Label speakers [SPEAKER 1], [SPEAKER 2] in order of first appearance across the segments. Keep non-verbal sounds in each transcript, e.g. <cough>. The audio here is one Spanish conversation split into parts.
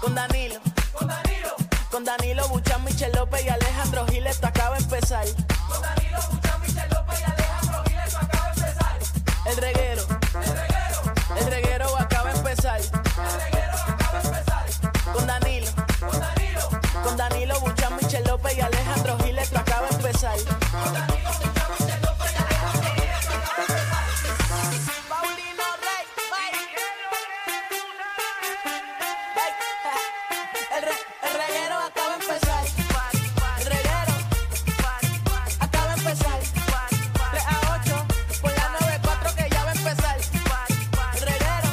[SPEAKER 1] con Danilo. Con Danilo. Con Danilo Buchan, Michel López y Alejandro Gil, esto acaba de empezar. Con Danilo Buchan, Michel López y Alejandro Gil, esto acaba de empezar. El reguero. El reguero. El reguero acaba de empezar. El reguero acaba de empezar. Con Danilo. Con Danilo. Con Danilo Buchan, Michel López y Alejandro Gil, esto acaba de empezar. Con Danilo Buchan, Michel López y Alejandro Gil, esto acaba de empezar. Paulino Rey, Ey, eh, El, re, el reguero acaba de empezar. El reguero acaba de empezar. 3 a 8 por la 94 que ya va a empezar. El reguero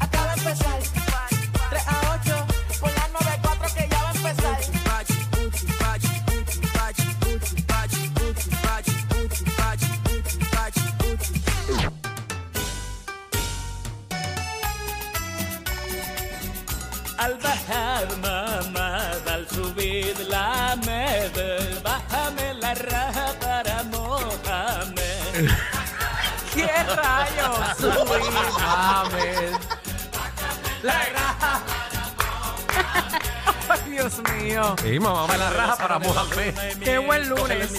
[SPEAKER 1] acaba de empezar. 3 a 8 por la 94 que ya va a empezar.
[SPEAKER 2] Al bajar mamada, al subir la meda, bájame la raja para mojarme. ¿Qué rayos? Subí, mames. La raja. Ay, Dios mío.
[SPEAKER 3] Sí, mamá, me la raja para mojarme.
[SPEAKER 2] Eh, Qué buen lunes.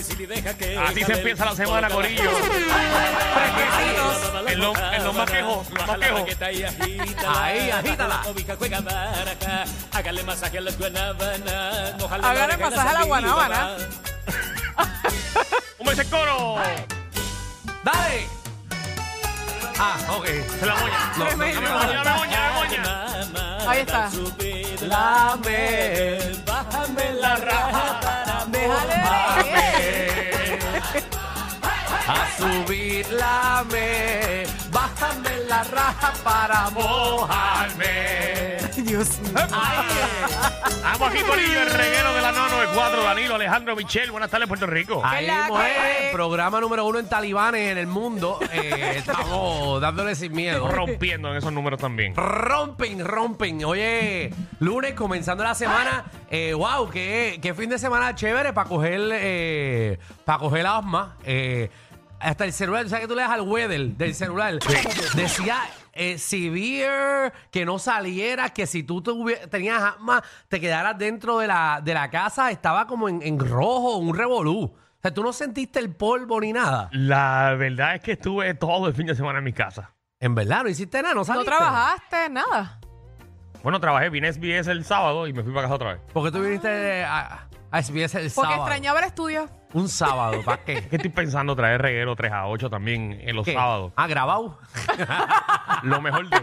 [SPEAKER 4] Así se empieza la semana, Corillo.
[SPEAKER 2] Fresquecitos.
[SPEAKER 4] En los- en los maquejos, los maquejos.
[SPEAKER 2] Ahí, agítala.
[SPEAKER 5] Hágale masaje a la guanábana.
[SPEAKER 2] Hágale masaje a la guanábana.
[SPEAKER 4] ¡Un beso en coro!
[SPEAKER 3] ¡Dale! Ah, ok.
[SPEAKER 4] Se la moña.
[SPEAKER 3] No, no,
[SPEAKER 2] Tremendo.
[SPEAKER 4] Dame moña, dame moña, dame moña.
[SPEAKER 2] Ahí está.
[SPEAKER 3] Lame,
[SPEAKER 5] Bájame la raja para
[SPEAKER 2] Déjale ver.
[SPEAKER 3] a subir lame, bájame la raja para mojarme.
[SPEAKER 2] Dios mío.
[SPEAKER 4] Vamos aquí, Corillo, el reguero de la 994, Danilo, Alejandro, Michel. Buenas tardes, Puerto Rico.
[SPEAKER 3] Ahí
[SPEAKER 2] la que-
[SPEAKER 3] mujer, programa número uno en talibanes en el mundo. Eh, estamos dándole sin miedo.
[SPEAKER 4] Rompiendo en esos números también.
[SPEAKER 3] Rompen, rompen. Oye, lunes comenzando la semana. Eh, wow, qué, qué fin de semana chévere para coger, eh, para coger asma. Eh, hasta el celular, o sea que tú le das al weather del celular. Decía eh, severe, que no salieras, que si tú tuvi- tenías asma, te quedaras dentro de la, de la casa, estaba como en, en rojo, un revolú. O sea, tú no sentiste el polvo ni nada.
[SPEAKER 4] La verdad es que estuve todo el fin de semana en mi casa.
[SPEAKER 3] En verdad, no hiciste nada, no
[SPEAKER 2] No
[SPEAKER 3] saliste.
[SPEAKER 2] trabajaste, nada.
[SPEAKER 4] Bueno, trabajé, vine a SBS el sábado y me fui para casa otra vez.
[SPEAKER 3] Porque tú viniste a, a SBS el
[SPEAKER 2] Porque
[SPEAKER 3] sábado.
[SPEAKER 2] extrañaba el estudio.
[SPEAKER 3] Un sábado, ¿para
[SPEAKER 4] Es
[SPEAKER 3] qué?
[SPEAKER 4] que estoy pensando traer reguero 3 a 8 también en los
[SPEAKER 3] ¿Qué?
[SPEAKER 4] sábados.
[SPEAKER 3] Ah, grabado.
[SPEAKER 4] Lo
[SPEAKER 3] <laughs>
[SPEAKER 4] mejor de...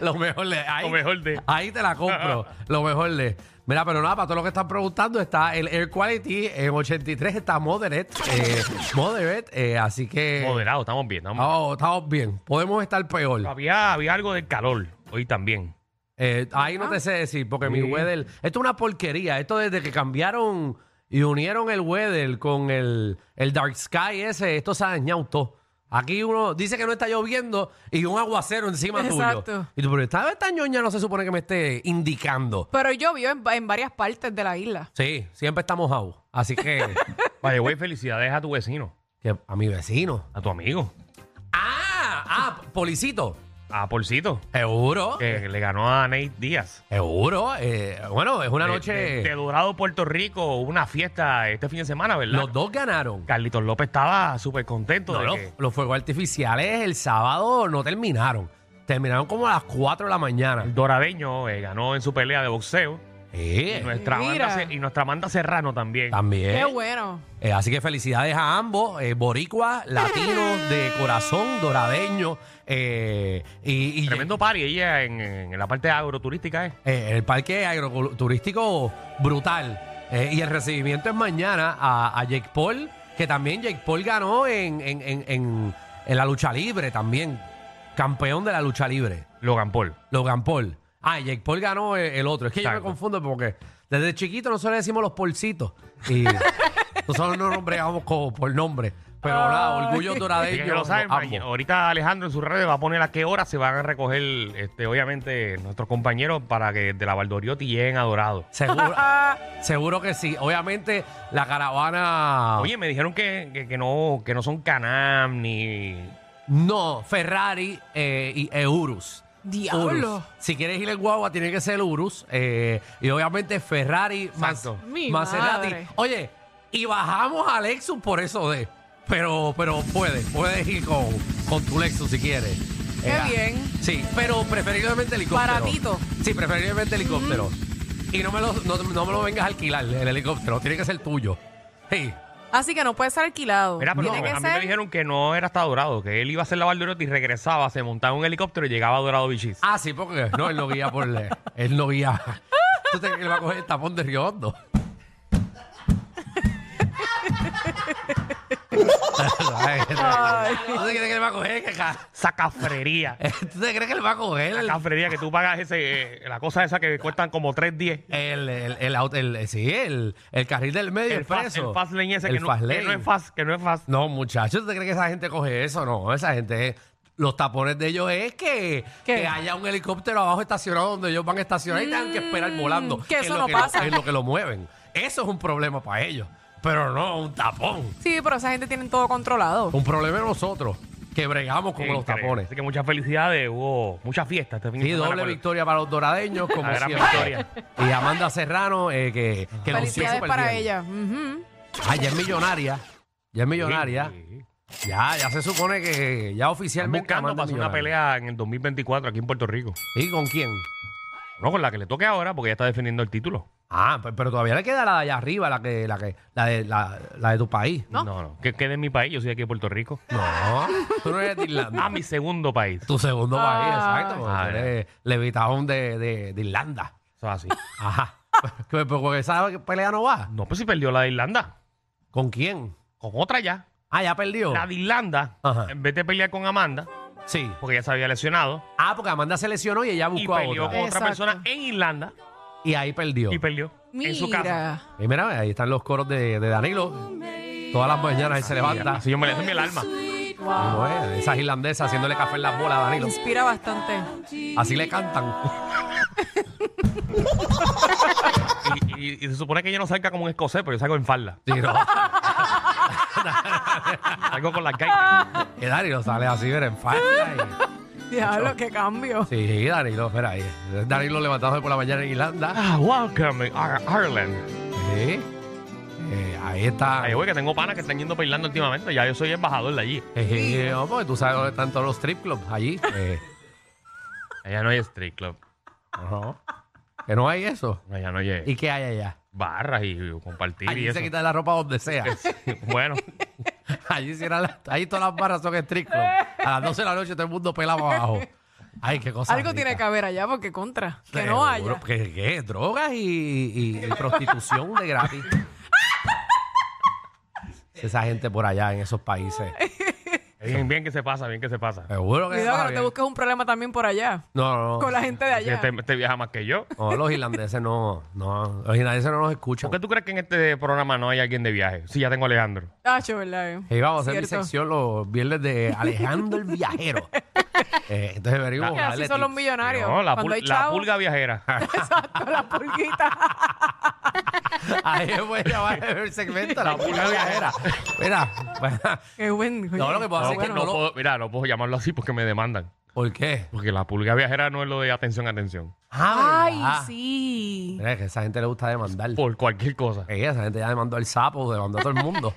[SPEAKER 3] Lo mejor de. Ahí,
[SPEAKER 4] Lo mejor de.
[SPEAKER 3] Ahí te la <laughs> compro. lo mejor de. Mira, pero nada, para todos los que están preguntando, está el Air Quality en 83, está Moderate. Eh, moderate, eh, así que.
[SPEAKER 4] Moderado, estamos bien. Estamos...
[SPEAKER 3] Oh, estamos bien. Podemos estar peor.
[SPEAKER 4] Había, había algo del calor hoy también.
[SPEAKER 3] Eh, ahí no te sé decir, porque mi
[SPEAKER 4] Ah, Sí.
[SPEAKER 3] weather. Esto es una porquería. Esto desde que cambiaron y unieron el weather con el, el Dark Sky ese, esto se ha dañado todo. Aquí uno dice que no está lloviendo y un aguacero encima tuyo.
[SPEAKER 2] Exacto.
[SPEAKER 3] Y tú, pero esta, esta ñoña no se supone que me esté indicando.
[SPEAKER 2] Pero llovió en, en varias partes de la isla.
[SPEAKER 3] Sí, siempre está mojado. Así que,
[SPEAKER 4] <laughs> Vaya, güey, felicidades a tu vecino,
[SPEAKER 3] que a mi vecino.
[SPEAKER 4] a tu amigo,
[SPEAKER 3] ¡Ah! ¡Ah! Policito.
[SPEAKER 4] a Porcito,
[SPEAKER 3] Seguro.
[SPEAKER 4] que le ganó a Nate Díaz.
[SPEAKER 3] Seguro. eh, bueno, es una
[SPEAKER 4] De-
[SPEAKER 3] noche.
[SPEAKER 4] De, de Dorado, Puerto Rico, una fiesta este fin de semana, ¿verdad?
[SPEAKER 3] los dos ganaron.
[SPEAKER 4] Carlitos López estaba súper contento
[SPEAKER 3] No,
[SPEAKER 4] de
[SPEAKER 3] los,
[SPEAKER 4] que...
[SPEAKER 3] los fuegos artificiales el sábado no terminaron. Terminaron como a las 4 de la
[SPEAKER 4] El
[SPEAKER 3] mañana.
[SPEAKER 4] doradeño eh, ganó en su pelea de boxeo. Y
[SPEAKER 3] Eh,
[SPEAKER 4] nuestra,
[SPEAKER 2] Mira.
[SPEAKER 4] banda, Se- y nuestra banda Serrano también.
[SPEAKER 2] Qué
[SPEAKER 3] también.
[SPEAKER 2] bueno.
[SPEAKER 3] Eh, así que felicidades a ambos, eh, boricua, latino, de corazón, doradeño. eh, y, y-
[SPEAKER 4] Tremendo party ella en, en la parte agroturística. Eh.
[SPEAKER 3] eh, el parque agroturístico brutal. Eh, y el recibimiento es mañana a, a Jake Paul, que también Jake Paul ganó en, en- en- en- en la lucha libre también. Campeón de la lucha libre.
[SPEAKER 4] Logan Paul.
[SPEAKER 3] Logan Paul. Ah, y Jake Paul ganó el, el otro. Es que yo
[SPEAKER 4] Exacto.
[SPEAKER 3] me confundo porque desde chiquito nosotros le decimos los polcitos.
[SPEAKER 4] <laughs>
[SPEAKER 3] Y nosotros nos nombreamos como por nombre. Pero nada, orgullo
[SPEAKER 4] Así Ah. que
[SPEAKER 3] doradeño.
[SPEAKER 4] ya lo saben,
[SPEAKER 3] ambos.
[SPEAKER 4] maña- ahorita Alejandro en sus redes va a poner a qué hora se van a recoger, este, obviamente, nuestros compañeros para que de la Valdoriotti lleguen a Dorado.
[SPEAKER 3] Seguro,
[SPEAKER 2] Ah,
[SPEAKER 3] seguro que sí. Obviamente, la caravana.
[SPEAKER 4] Oye, me dijeron que, que- que no, que no son Canam ni.
[SPEAKER 3] No, Ferrari eh, y Eurus.
[SPEAKER 2] Diablo.
[SPEAKER 3] Urus. Si quieres ir en guagua, tiene que ser Urus. eh, y obviamente Ferrari, Mas-
[SPEAKER 4] Exacto.
[SPEAKER 2] Mi
[SPEAKER 3] Maserati.
[SPEAKER 2] madre.
[SPEAKER 3] Oye, y bajamos a Lexus por eso de. Pero, pero puedes, puedes ir con, con tu Lexus si quieres. Eh,
[SPEAKER 2] Qué bien.
[SPEAKER 3] Sí, pero preferiblemente helicóptero.
[SPEAKER 2] Baratito.
[SPEAKER 3] Sí, preferiblemente helicóptero. Y no me, lo, no, no me lo vengas a alquilar, el helicóptero. Tiene que ser tuyo. Sí.
[SPEAKER 2] Así que no puede ser alquilado.
[SPEAKER 4] Mira, pero
[SPEAKER 2] Tiene
[SPEAKER 4] a
[SPEAKER 2] que
[SPEAKER 4] mí me
[SPEAKER 2] ser-
[SPEAKER 4] dijeron que no era hasta Dorado, que él iba a hacer la Valdoriotti y regresaba, se montaba en un helicóptero y llegaba a Dorado Bichis.
[SPEAKER 3] Ah, sí, porque no, él no guía por... él no guía. ¿Tú te crees que él va a coger el tapón de Río <laughs> Hondo?
[SPEAKER 2] Ay.
[SPEAKER 3] ¿Tú te crees que él va a coger? caca? <laughs>
[SPEAKER 4] Sacafrería.
[SPEAKER 3] ¿Tú te crees que él va a coger el,
[SPEAKER 4] Sacafrería que tú pagas ese, eh, la cosa esa que cuestan como 3.10.
[SPEAKER 3] el, el, el auto- el- sí, el, el carril del medio, el,
[SPEAKER 4] El, fast-
[SPEAKER 3] preso?
[SPEAKER 4] el fast lane ese
[SPEAKER 3] El
[SPEAKER 4] que, no,
[SPEAKER 3] fast
[SPEAKER 4] que
[SPEAKER 3] lane.
[SPEAKER 4] no es fast, que no es fast.
[SPEAKER 3] No, muchachos, ¿tú te crees que esa gente coge eso? No, esa gente, los tapones de ellos es que,
[SPEAKER 2] ¿Qué?
[SPEAKER 3] que haya un helicóptero abajo estacionado donde ellos van a estacionar y tengan que esperar volando.
[SPEAKER 2] Mm, que
[SPEAKER 3] en
[SPEAKER 2] eso
[SPEAKER 3] lo
[SPEAKER 2] no
[SPEAKER 3] lo-
[SPEAKER 2] pasa.
[SPEAKER 3] en lo que lo mueven. Eso es un problema para ellos, pero no un tapón.
[SPEAKER 2] Sí, pero esa gente tiene todo controlado.
[SPEAKER 3] Un problema de nosotros, que bregamos con los
[SPEAKER 4] Increíble.
[SPEAKER 3] tapones.
[SPEAKER 4] Así que muchas felicidades, hubo muchas fiestas este fin de
[SPEAKER 3] Sí,
[SPEAKER 4] semana
[SPEAKER 3] doble
[SPEAKER 4] por-
[SPEAKER 3] victoria para los doradeños, como
[SPEAKER 4] La gran
[SPEAKER 3] siempre.
[SPEAKER 4] victoria.
[SPEAKER 3] Y Amanda Serrano, eh, que, que lució
[SPEAKER 2] Felicidades
[SPEAKER 3] súper
[SPEAKER 2] para
[SPEAKER 3] bien.
[SPEAKER 2] ella. Ujú.
[SPEAKER 3] Ah, ya es millonaria. Ya es millonaria.
[SPEAKER 4] Sí.
[SPEAKER 3] Ya, ya se supone que ya
[SPEAKER 4] Están
[SPEAKER 3] oficialmente
[SPEAKER 4] buscando
[SPEAKER 3] Amanda es
[SPEAKER 4] pasar una
[SPEAKER 3] millonaria.
[SPEAKER 4] pelea en el 2024 aquí en Puerto Rico.
[SPEAKER 3] ¿Y con quién?
[SPEAKER 4] No con la que le toque ahora, porque ella está defendiendo el título.
[SPEAKER 3] Ah, pe- pero todavía le queda la de allá arriba, la que, la que, la de, la, la de tu país.
[SPEAKER 2] ¿No?
[SPEAKER 4] no, no. Que quede en mi país, yo soy de aquí de Puerto Rico.
[SPEAKER 3] No, tú no eres de
[SPEAKER 4] A <laughs>
[SPEAKER 3] Irlanda.
[SPEAKER 4] mi segundo país.
[SPEAKER 3] tu segundo país,
[SPEAKER 2] Ah.
[SPEAKER 3] exacto. porque
[SPEAKER 4] Ah,
[SPEAKER 3] tú eres levitadón de, de, de Irlanda.
[SPEAKER 4] Eso es así.
[SPEAKER 3] Ajá. Pero porque esa pelea no va.
[SPEAKER 4] No, pues si perdió la de Irlanda.
[SPEAKER 3] ¿Con quién?
[SPEAKER 4] Con otra ya.
[SPEAKER 3] Ah, ya perdió.
[SPEAKER 4] La de Irlanda,
[SPEAKER 3] Ajá.
[SPEAKER 4] en vez de pelear con Amanda,
[SPEAKER 3] Sí.
[SPEAKER 4] porque ella se había lesionado,
[SPEAKER 3] Ah, porque Amanda se lesionó y ella
[SPEAKER 4] y
[SPEAKER 3] buscó a
[SPEAKER 4] peleó con
[SPEAKER 3] otra.
[SPEAKER 4] otra
[SPEAKER 2] Exacto.
[SPEAKER 4] persona en Irlanda
[SPEAKER 3] Y ahí perdió.
[SPEAKER 4] y perdió en su casa.
[SPEAKER 2] Mira.
[SPEAKER 3] Y mira, ahí están los coros de, de Danilo. Todas las mañanas él se levanta.
[SPEAKER 4] Así Ah, yo me le doy el alma.
[SPEAKER 2] Wow.
[SPEAKER 3] Bueno, esas irlandesas haciéndole café en las bolas a Danilo.
[SPEAKER 2] Inspira bastante.
[SPEAKER 3] Así le cantan. <laughs>
[SPEAKER 4] Y, y- y se supone que yo no salga como un escocés, pero yo salgo en falda.
[SPEAKER 3] Sí, no.
[SPEAKER 4] Salgo con las gaitas.
[SPEAKER 3] Y Eh, Danilo sale así, ver en falda.
[SPEAKER 2] Diablo, qué cambio.
[SPEAKER 3] y- Sí, Danilo, espera ahí. Danilo levantado hoy por la mañana en Irlanda.
[SPEAKER 4] Ah, welcome a Ireland.
[SPEAKER 3] Sí. Eh, ahí está.
[SPEAKER 4] Ay, güey, que tengo panas que están yendo para Irlanda últimamente. Ya yo soy embajador de allí.
[SPEAKER 3] Eh, no, porque tú sabes dónde están todos los strip clubs allí. Eh,
[SPEAKER 4] Allá no hay street club.
[SPEAKER 3] no. Que no hay eso.
[SPEAKER 4] Allá no hay eh,
[SPEAKER 3] ¿Y qué hay allá?
[SPEAKER 4] barras y, y compartir y
[SPEAKER 3] Allí
[SPEAKER 4] eso.
[SPEAKER 3] se quita la ropa donde sea.
[SPEAKER 4] <laughs>
[SPEAKER 3] <laughs>
[SPEAKER 4] Bueno,
[SPEAKER 3] Allí, sí eran las- allí todas las barras son strip club. A las 12 de la noche todo el mundo pelado abajo. Ay, qué cosa.
[SPEAKER 2] Algo tiene que
[SPEAKER 3] rica.
[SPEAKER 2] haber allá porque contra. Que
[SPEAKER 3] Seguro, pues,
[SPEAKER 2] no haya.
[SPEAKER 3] ¿Qué, qué? Drogas y, y- y prostitución
[SPEAKER 2] <laughs>
[SPEAKER 3] de gratis. Esa gente por allá en esos países.
[SPEAKER 4] bien, bien que se pasa, bien que se pasa.
[SPEAKER 3] Seguro que,
[SPEAKER 2] Cuidado
[SPEAKER 3] está
[SPEAKER 2] que no te
[SPEAKER 3] bien.
[SPEAKER 2] busques un problema también por allá.
[SPEAKER 3] no, no, no.
[SPEAKER 2] Con la gente de allá.
[SPEAKER 4] Este, este viaja más que yo.
[SPEAKER 3] No, los irlandeses no, no, los irlandeses no nos escuchan.
[SPEAKER 4] ¿Por qué tú crees que en este programa no hay alguien de viaje? Sí, ya tengo a Alejandro.
[SPEAKER 2] Tacho, ¿verdad? eh?
[SPEAKER 3] Y vamos a hacer mi
[SPEAKER 2] Cierto.
[SPEAKER 3] sección los viernes de Alejandro el
[SPEAKER 2] <laughs>
[SPEAKER 3] Viajero. Eh, entonces venimos
[SPEAKER 2] Que
[SPEAKER 3] a
[SPEAKER 2] Así
[SPEAKER 3] darle
[SPEAKER 2] son los
[SPEAKER 3] tips.
[SPEAKER 2] millonarios.
[SPEAKER 4] No, la,
[SPEAKER 2] Cuando
[SPEAKER 4] pul-
[SPEAKER 2] hay
[SPEAKER 4] la
[SPEAKER 2] chavo,
[SPEAKER 4] pulga viajera.
[SPEAKER 2] Exacto, <laughs> la
[SPEAKER 3] <laughs>
[SPEAKER 2] pulguita.
[SPEAKER 3] <laughs> Ahí voy a llamar el segmento,
[SPEAKER 2] <laughs>
[SPEAKER 3] la pulga viajera. Mira, <laughs>
[SPEAKER 2] Qué buen.
[SPEAKER 3] no, lo que puedo
[SPEAKER 4] No,
[SPEAKER 3] hacer es que
[SPEAKER 4] no
[SPEAKER 3] no lo...
[SPEAKER 4] puedo- mira, no puedo llamarlo así porque me demandan.
[SPEAKER 3] ¿Por qué?
[SPEAKER 4] Porque la pulga viajera no es lo de atención, atención.
[SPEAKER 3] Ah,
[SPEAKER 2] Ay,
[SPEAKER 3] ¿verdad?
[SPEAKER 2] sí.
[SPEAKER 3] Mira, que esa gente le gusta demandar.
[SPEAKER 4] Por cualquier cosa.
[SPEAKER 3] Ey, esa gente ya demandó al sapo, demandó a todo el
[SPEAKER 4] <laughs>
[SPEAKER 3] mundo.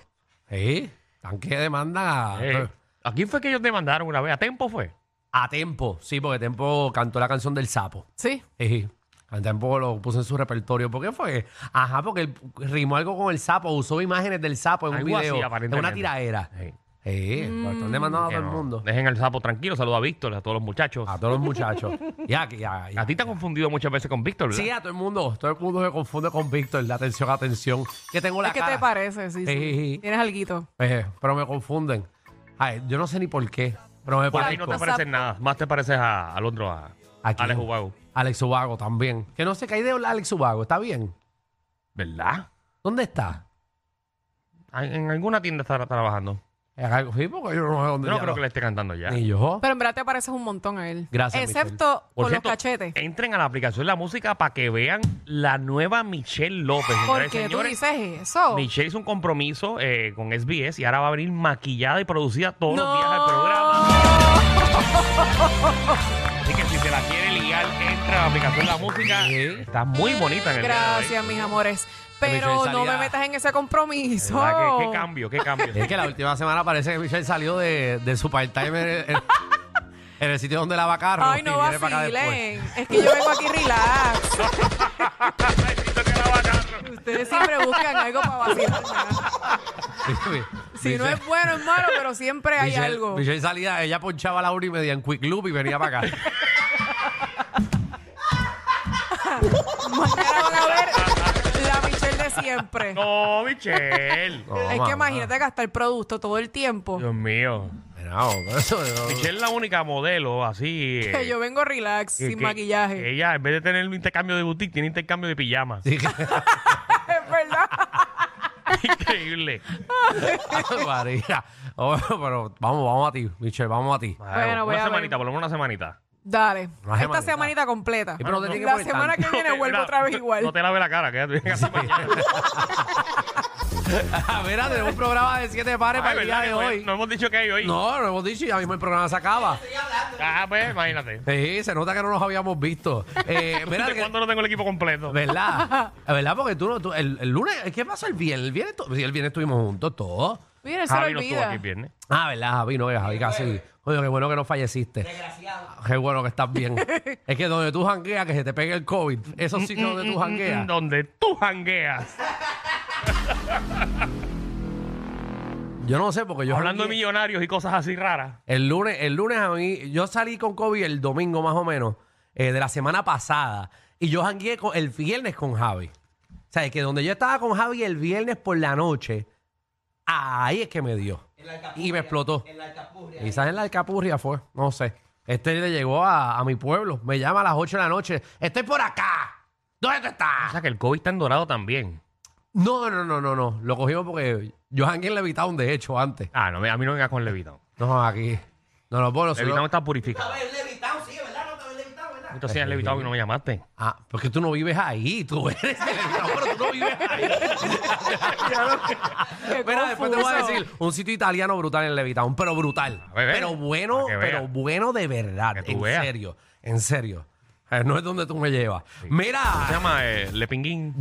[SPEAKER 3] Sí, están que demandan a,
[SPEAKER 4] Eh, ¿A quién fue que ellos demandaron una vez? ¿A Tempo fue?
[SPEAKER 3] a Tempo. Sí, porque Tempo cantó la canción del sapo.
[SPEAKER 2] Sí.
[SPEAKER 3] Sí, a Tempo lo puso en su repertorio. ¿Por qué fue? Ajá, porque él rimó algo con el sapo, usó imágenes del sapo en un
[SPEAKER 4] Algo así,
[SPEAKER 3] video. en
[SPEAKER 4] aparentemente.
[SPEAKER 3] una tiraera.
[SPEAKER 4] Sí.
[SPEAKER 3] Sí, pues
[SPEAKER 2] Mm.
[SPEAKER 3] están demandando a
[SPEAKER 4] Que
[SPEAKER 3] todo el
[SPEAKER 4] no.
[SPEAKER 3] mundo.
[SPEAKER 4] Dejen al sapo tranquilo. Saludo a Víctor, a todos los muchachos.
[SPEAKER 3] A
[SPEAKER 4] A,
[SPEAKER 3] todos los muchachos. Ya, que ya, Ah, ya.
[SPEAKER 4] ti te han confundido muchas veces con Víctor, ¿verdad?
[SPEAKER 3] Sí, a todo el mundo. Todo el mundo se confunde con Víctor. La atención, atención. Que tengo la
[SPEAKER 2] Es que
[SPEAKER 3] cara.
[SPEAKER 2] te parece, sí,
[SPEAKER 3] Sí, sí.
[SPEAKER 2] sí. Tienes alguito.
[SPEAKER 3] Eh, pero me confunden. Ay, yo no sé ni por qué, pero me
[SPEAKER 4] Por
[SPEAKER 3] parezco.
[SPEAKER 4] ahí no te
[SPEAKER 2] Sapo.
[SPEAKER 4] pareces nada. Más te pareces a, al otro, a,
[SPEAKER 3] ¿A quién?
[SPEAKER 4] Alex Ubago.
[SPEAKER 3] Alex Ubago también. Que no sé qué hay de Alex Ubago. ¿Está bien?
[SPEAKER 4] ¿Verdad?
[SPEAKER 3] ¿Dónde está?
[SPEAKER 4] Ay, Ah, En alguna tienda estará trabajando.
[SPEAKER 3] Eh, algo- Sí, porque yo no sé dónde
[SPEAKER 4] Yo no
[SPEAKER 3] ya
[SPEAKER 4] creo
[SPEAKER 3] lo-
[SPEAKER 4] que le esté cantando
[SPEAKER 3] <laughs>
[SPEAKER 4] ya.
[SPEAKER 3] Ni yo.
[SPEAKER 2] Pero en verdad te pareces un montón a él.
[SPEAKER 3] Gracias,
[SPEAKER 2] Excepto
[SPEAKER 4] Por
[SPEAKER 2] con
[SPEAKER 4] cierto,
[SPEAKER 2] los cachetes.
[SPEAKER 3] eh,
[SPEAKER 4] Entren a la aplicación La Música para que vean la nueva Michelle López. señoras y
[SPEAKER 2] Porque tú
[SPEAKER 4] señores.
[SPEAKER 2] dices oh. eso.
[SPEAKER 4] Michelle hizo un compromiso eh, con SBS y ahora va a venir maquillada y producida todos los días al
[SPEAKER 2] No.
[SPEAKER 4] programa. Así que si se se la quiere ligar, entra a la aplicación La Música.
[SPEAKER 3] Sí.
[SPEAKER 4] Está muy bonita en el día de hoy.
[SPEAKER 2] Gracias, mis amores.
[SPEAKER 3] Pero
[SPEAKER 2] Pero
[SPEAKER 3] Michelle
[SPEAKER 2] no me
[SPEAKER 3] salía-
[SPEAKER 2] metas en ese
[SPEAKER 4] De
[SPEAKER 2] compromiso.
[SPEAKER 4] verdad, ¿Qué,
[SPEAKER 2] Oh.
[SPEAKER 4] qué cambio, qué cambio. Este
[SPEAKER 3] Es que la última semana parece que Michelle salió de, de su part-time en, en- en el sitio donde lava carro.
[SPEAKER 2] Ay, no vacilen. Es que yo vengo aquí relax.
[SPEAKER 4] Necesito que la bacarro.
[SPEAKER 2] Ustedes siempre buscan algo para vacilar. ¿verdad?
[SPEAKER 3] <laughs>
[SPEAKER 2] Si no es bueno, es malo, pero siempre hay algo.
[SPEAKER 3] Michelle salía, ella ponchaba a la una y media en Quick Loop y venía
[SPEAKER 2] <laughs>
[SPEAKER 3] para acá.
[SPEAKER 2] Mañana van a ver la Michelle de siempre.
[SPEAKER 4] No, Michelle.
[SPEAKER 3] No,
[SPEAKER 2] es
[SPEAKER 3] mamá.
[SPEAKER 2] que imagínate gastar producto todo el tiempo.
[SPEAKER 4] Dios mío.
[SPEAKER 3] Mira, no, eso, no.
[SPEAKER 4] Michelle es la única modelo así.
[SPEAKER 2] <laughs>
[SPEAKER 4] eh,
[SPEAKER 2] <laughs> Que yo vengo relax,
[SPEAKER 4] que-
[SPEAKER 2] sin
[SPEAKER 4] que
[SPEAKER 2] maquillaje.
[SPEAKER 4] Ella, en vez de tener un intercambio de boutique, tiene intercambio de pijama.
[SPEAKER 3] <laughs> Sí,
[SPEAKER 2] <laughs>
[SPEAKER 3] que- <laughs>
[SPEAKER 2] es verdad.
[SPEAKER 4] <laughs> Increíble.
[SPEAKER 3] Ay, María. Oh, pero vamos, vamos a ti, Michelle, vamos a ti. <laughs>
[SPEAKER 2] Bueno, voy a ver.
[SPEAKER 4] una semanita, por lo menos
[SPEAKER 2] <laughs>
[SPEAKER 4] una semanita.
[SPEAKER 2] Dale.
[SPEAKER 3] No hay
[SPEAKER 2] Esta
[SPEAKER 3] manera.
[SPEAKER 2] semanita completa.
[SPEAKER 3] Sí, pero no te tiene que
[SPEAKER 2] la
[SPEAKER 3] molestar.
[SPEAKER 2] semana que viene
[SPEAKER 4] <laughs> No,
[SPEAKER 2] vuelvo
[SPEAKER 4] no,
[SPEAKER 2] otra vez
[SPEAKER 4] no-
[SPEAKER 2] igual.
[SPEAKER 4] No te lave la cara, quédate bien así mañana.
[SPEAKER 3] A ver, tenemos un programa de siete
[SPEAKER 2] Este
[SPEAKER 3] pares
[SPEAKER 4] Ay,
[SPEAKER 3] para el día
[SPEAKER 4] ¿verdad que
[SPEAKER 3] de
[SPEAKER 4] no,
[SPEAKER 3] hoy.
[SPEAKER 4] no hemos dicho que hay hoy.
[SPEAKER 3] No, lo hemos dicho y ya mismo el programa se acaba.
[SPEAKER 4] Ah, pues, imagínate.
[SPEAKER 3] Sí, se nota que no nos habíamos visto. Eh, mira,
[SPEAKER 4] ¿Desde
[SPEAKER 3] que-
[SPEAKER 4] cuándo no tengo el equipo completo?
[SPEAKER 3] ¿verdad? ¿Verdad? Porque tú, no- tú- el, el lunes, ¿qué pasó el viernes? El viernes, tu- sí, el viernes estuvimos juntos todos.
[SPEAKER 2] Mira, se
[SPEAKER 4] Javi
[SPEAKER 2] lo
[SPEAKER 4] no estuvo
[SPEAKER 2] olvida.
[SPEAKER 4] aquí el viernes.
[SPEAKER 3] Ah, ¿verdad, Javi? No, eh, Javi casi. Oye, qué bueno que no falleciste. Desgraciado. Qué bueno que estás bien. es que donde tú jangueas, que se te pegue el COVID. Esos sitios donde tú jangueas.
[SPEAKER 4] Mm, Donde tú jangueas.
[SPEAKER 3] Yo no sé, porque yo.
[SPEAKER 4] Hablando de
[SPEAKER 3] jangueé-
[SPEAKER 4] millonarios y cosas así raras.
[SPEAKER 3] El lunes, el lunes a mí, yo salí con Kobe el domingo más o menos, eh, de la semana pasada, y yo jangué con- el viernes con Javi. O sea, es que donde yo estaba con Javi el viernes por la noche, ahí es que me dio. Y me explotó. Quizás en la alcapurria fue, no sé. Este le llegó a, a mi pueblo, me llama a las 8 de la noche, estoy por acá. ¿Dónde tú
[SPEAKER 4] O sea,
[SPEAKER 3] estás?
[SPEAKER 4] que el COVID está en dorado también.
[SPEAKER 3] No, no, no, no, no. Lo cogimos porque yo jangué en Levitown, de hecho, antes.
[SPEAKER 4] Ah, no, me- a mí no venga con Levitown.
[SPEAKER 3] No, aquí. No, no, bueno, si no-
[SPEAKER 4] Levitown está purificado. Tú hacías Levitown y no me llamaste.
[SPEAKER 3] Ah, porque tú no vives ahí, tú <laughs> eres el pero tú no vives
[SPEAKER 4] <laughs>
[SPEAKER 3] ahí.
[SPEAKER 2] Qué
[SPEAKER 3] Mira, después te voy a
[SPEAKER 2] confuso.
[SPEAKER 3] decir un sitio italiano brutal en Levitown, pero brutal.
[SPEAKER 4] A ver, ve.
[SPEAKER 3] Pero bueno,
[SPEAKER 4] Para que vea.
[SPEAKER 3] pero bueno de verdad,
[SPEAKER 4] Para que tú
[SPEAKER 3] en
[SPEAKER 4] veas.
[SPEAKER 3] serio, en serio. Eh, No es donde tú me llevas.
[SPEAKER 4] Se
[SPEAKER 3] Mira,
[SPEAKER 4] llama eh, Lepinguín.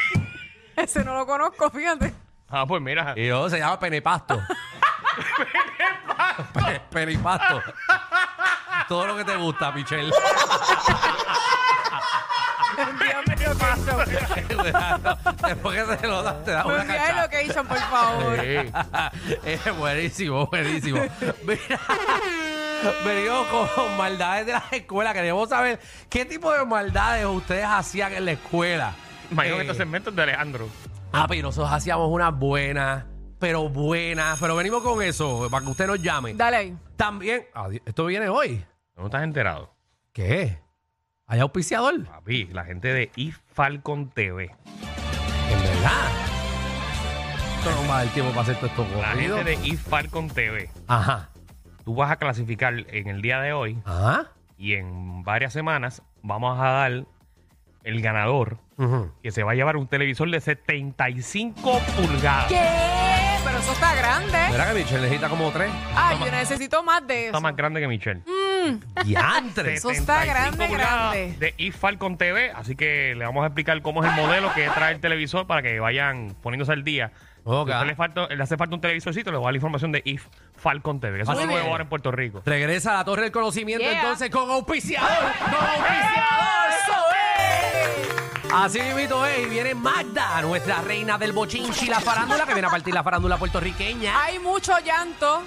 [SPEAKER 2] <laughs> Ese no lo conozco, fíjate.
[SPEAKER 4] Ah, pues mira.
[SPEAKER 3] y yo se llama Penepasto. Pe- Penepasto. Todo lo que te gusta, Michelle.
[SPEAKER 2] Envíame location.
[SPEAKER 3] Después que se lo das, te da
[SPEAKER 2] Me
[SPEAKER 3] una
[SPEAKER 2] envías
[SPEAKER 3] cachada.
[SPEAKER 2] location, por favor.
[SPEAKER 4] Sí.
[SPEAKER 3] es buenísimo, buenísimo. Mira, venimos con maldades de las escuelas. Queremos saber qué tipo de maldades ustedes hacían en la escuela.
[SPEAKER 4] Imagino
[SPEAKER 3] Eh,
[SPEAKER 4] que este segmento es de Alejandro.
[SPEAKER 3] Ah, pero nosotros hacíamos unas buenas, pero buenas. Pero venimos con eso, para que usted nos llame.
[SPEAKER 2] Dale ahí.
[SPEAKER 3] También, ah, di- esto viene hoy.
[SPEAKER 4] ¿No estás enterado?
[SPEAKER 3] ¿Qué? ¿Hay auspiciador?
[SPEAKER 4] Papi, la gente de iFalcon TV.
[SPEAKER 3] En verdad. Esto no va a dar tiempo para hacer todo esto
[SPEAKER 4] La
[SPEAKER 3] corrido.
[SPEAKER 4] gente de iFalcon TV.
[SPEAKER 3] Ajá.
[SPEAKER 4] Tú vas a clasificar en el día de hoy
[SPEAKER 3] Ajá.
[SPEAKER 4] y en varias semanas vamos a dar el ganador
[SPEAKER 3] Ujú.
[SPEAKER 4] que se va a llevar un televisor de 75 pulgadas.
[SPEAKER 2] ¿Qué? Pero eso está grande.
[SPEAKER 3] ¿Verdad que Michelle necesita como
[SPEAKER 4] <laughs>
[SPEAKER 3] tres?
[SPEAKER 2] Ay, yo necesito más de
[SPEAKER 4] Está
[SPEAKER 2] eso. Mm,
[SPEAKER 4] más grande que Michelle.
[SPEAKER 3] ¡Diantres!
[SPEAKER 2] Eso está
[SPEAKER 4] 75
[SPEAKER 2] grande,
[SPEAKER 4] pulgadas
[SPEAKER 2] grande.
[SPEAKER 4] De iFalcon TV. Así que le vamos a explicar cómo es el modelo que trae el televisor para que vayan poniéndose al día.
[SPEAKER 3] Ok.
[SPEAKER 4] Si a usted le, falta- le hace falta un televisorcito, le voy a dar la información de iFalcon TV. Que eso
[SPEAKER 3] Muy
[SPEAKER 4] es nuevo
[SPEAKER 3] bien.
[SPEAKER 4] ahora en Puerto Rico.
[SPEAKER 3] Regresa a la Torre del Conocimiento
[SPEAKER 2] Yeah.
[SPEAKER 3] entonces con auspiciador. ¡Con auspiciador! ¡Eso es! Así mismo es, y viene Magda, nuestra reina del bochinchi, la farándula, que viene a partir la farándula puertorriqueña.
[SPEAKER 2] Hay mucho llanto.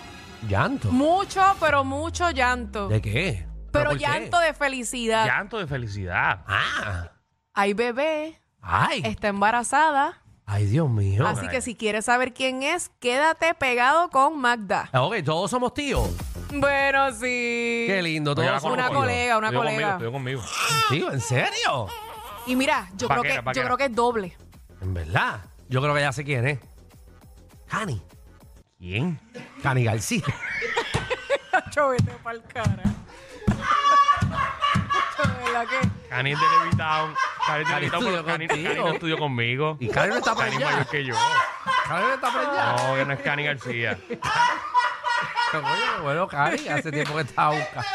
[SPEAKER 3] ¿Llanto?
[SPEAKER 2] Mucho, pero mucho llanto.
[SPEAKER 3] ¿De qué?
[SPEAKER 2] Pero
[SPEAKER 3] por qué?
[SPEAKER 2] llanto de felicidad.
[SPEAKER 4] Llanto de felicidad.
[SPEAKER 3] Ah,
[SPEAKER 2] Hay bebé,
[SPEAKER 3] ay,
[SPEAKER 2] está embarazada.
[SPEAKER 3] ay, Dios mío.
[SPEAKER 2] Así que si quieres saber quién es, quédate pegado con Magda.
[SPEAKER 3] Ah, Ok, todos somos tíos.
[SPEAKER 2] Bueno, sí.
[SPEAKER 3] Qué lindo,
[SPEAKER 4] Oye, Pues la
[SPEAKER 3] todos somos
[SPEAKER 2] Una
[SPEAKER 3] tíos.
[SPEAKER 2] colega, una
[SPEAKER 4] Estuvo
[SPEAKER 2] colega.
[SPEAKER 4] conmigo, estuvo conmigo.
[SPEAKER 3] Tío, ¿en serio?
[SPEAKER 2] Y mira, yo creo
[SPEAKER 4] Vaquera,
[SPEAKER 2] que yo
[SPEAKER 4] vaquera.
[SPEAKER 2] creo que es <laughs> doble.
[SPEAKER 3] En verdad. Yo creo que ya sé quién es. Cani.
[SPEAKER 4] ¿Quién?
[SPEAKER 3] Cani García.
[SPEAKER 2] Chacho, vete pa'l <laughs> cara. Chacho, de verdad que-
[SPEAKER 4] Cani es de Levitown. Cani es de
[SPEAKER 3] Cani
[SPEAKER 4] Levitown,
[SPEAKER 3] estudió
[SPEAKER 4] pero Cani,
[SPEAKER 3] contigo.
[SPEAKER 4] Cani no estudió conmigo.
[SPEAKER 3] Y Cani no está para
[SPEAKER 4] Cani es
[SPEAKER 3] allá.
[SPEAKER 4] mayor que yo.
[SPEAKER 3] Cani no está para allá.
[SPEAKER 4] No, que no es Cani García.
[SPEAKER 3] Pero, oye, bueno, Cari, hace tiempo que estaba buscando.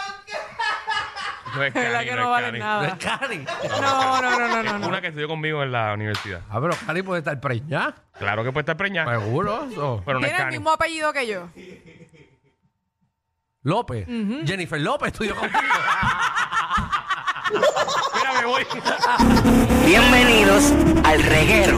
[SPEAKER 4] No
[SPEAKER 2] <laughs>
[SPEAKER 4] es
[SPEAKER 2] la
[SPEAKER 4] Cani,
[SPEAKER 2] que
[SPEAKER 4] no
[SPEAKER 2] no
[SPEAKER 4] es
[SPEAKER 2] vale
[SPEAKER 4] Cani.
[SPEAKER 3] No
[SPEAKER 2] nada.
[SPEAKER 3] es Cari.
[SPEAKER 2] No, no, no, no,
[SPEAKER 4] Es
[SPEAKER 2] no. no.
[SPEAKER 4] una que estudió conmigo en la universidad.
[SPEAKER 3] Ah, pero Cari puede estar preñada.
[SPEAKER 4] Claro que puede estar preñada,
[SPEAKER 3] Seguro. eso.
[SPEAKER 4] pero no es
[SPEAKER 2] Tiene el
[SPEAKER 4] Cani.
[SPEAKER 2] mismo apellido que yo.
[SPEAKER 3] López. Jennifer López estudió contigo.
[SPEAKER 4] Mira, me voy.
[SPEAKER 2] <laughs>
[SPEAKER 6] Bienvenidos al reguero.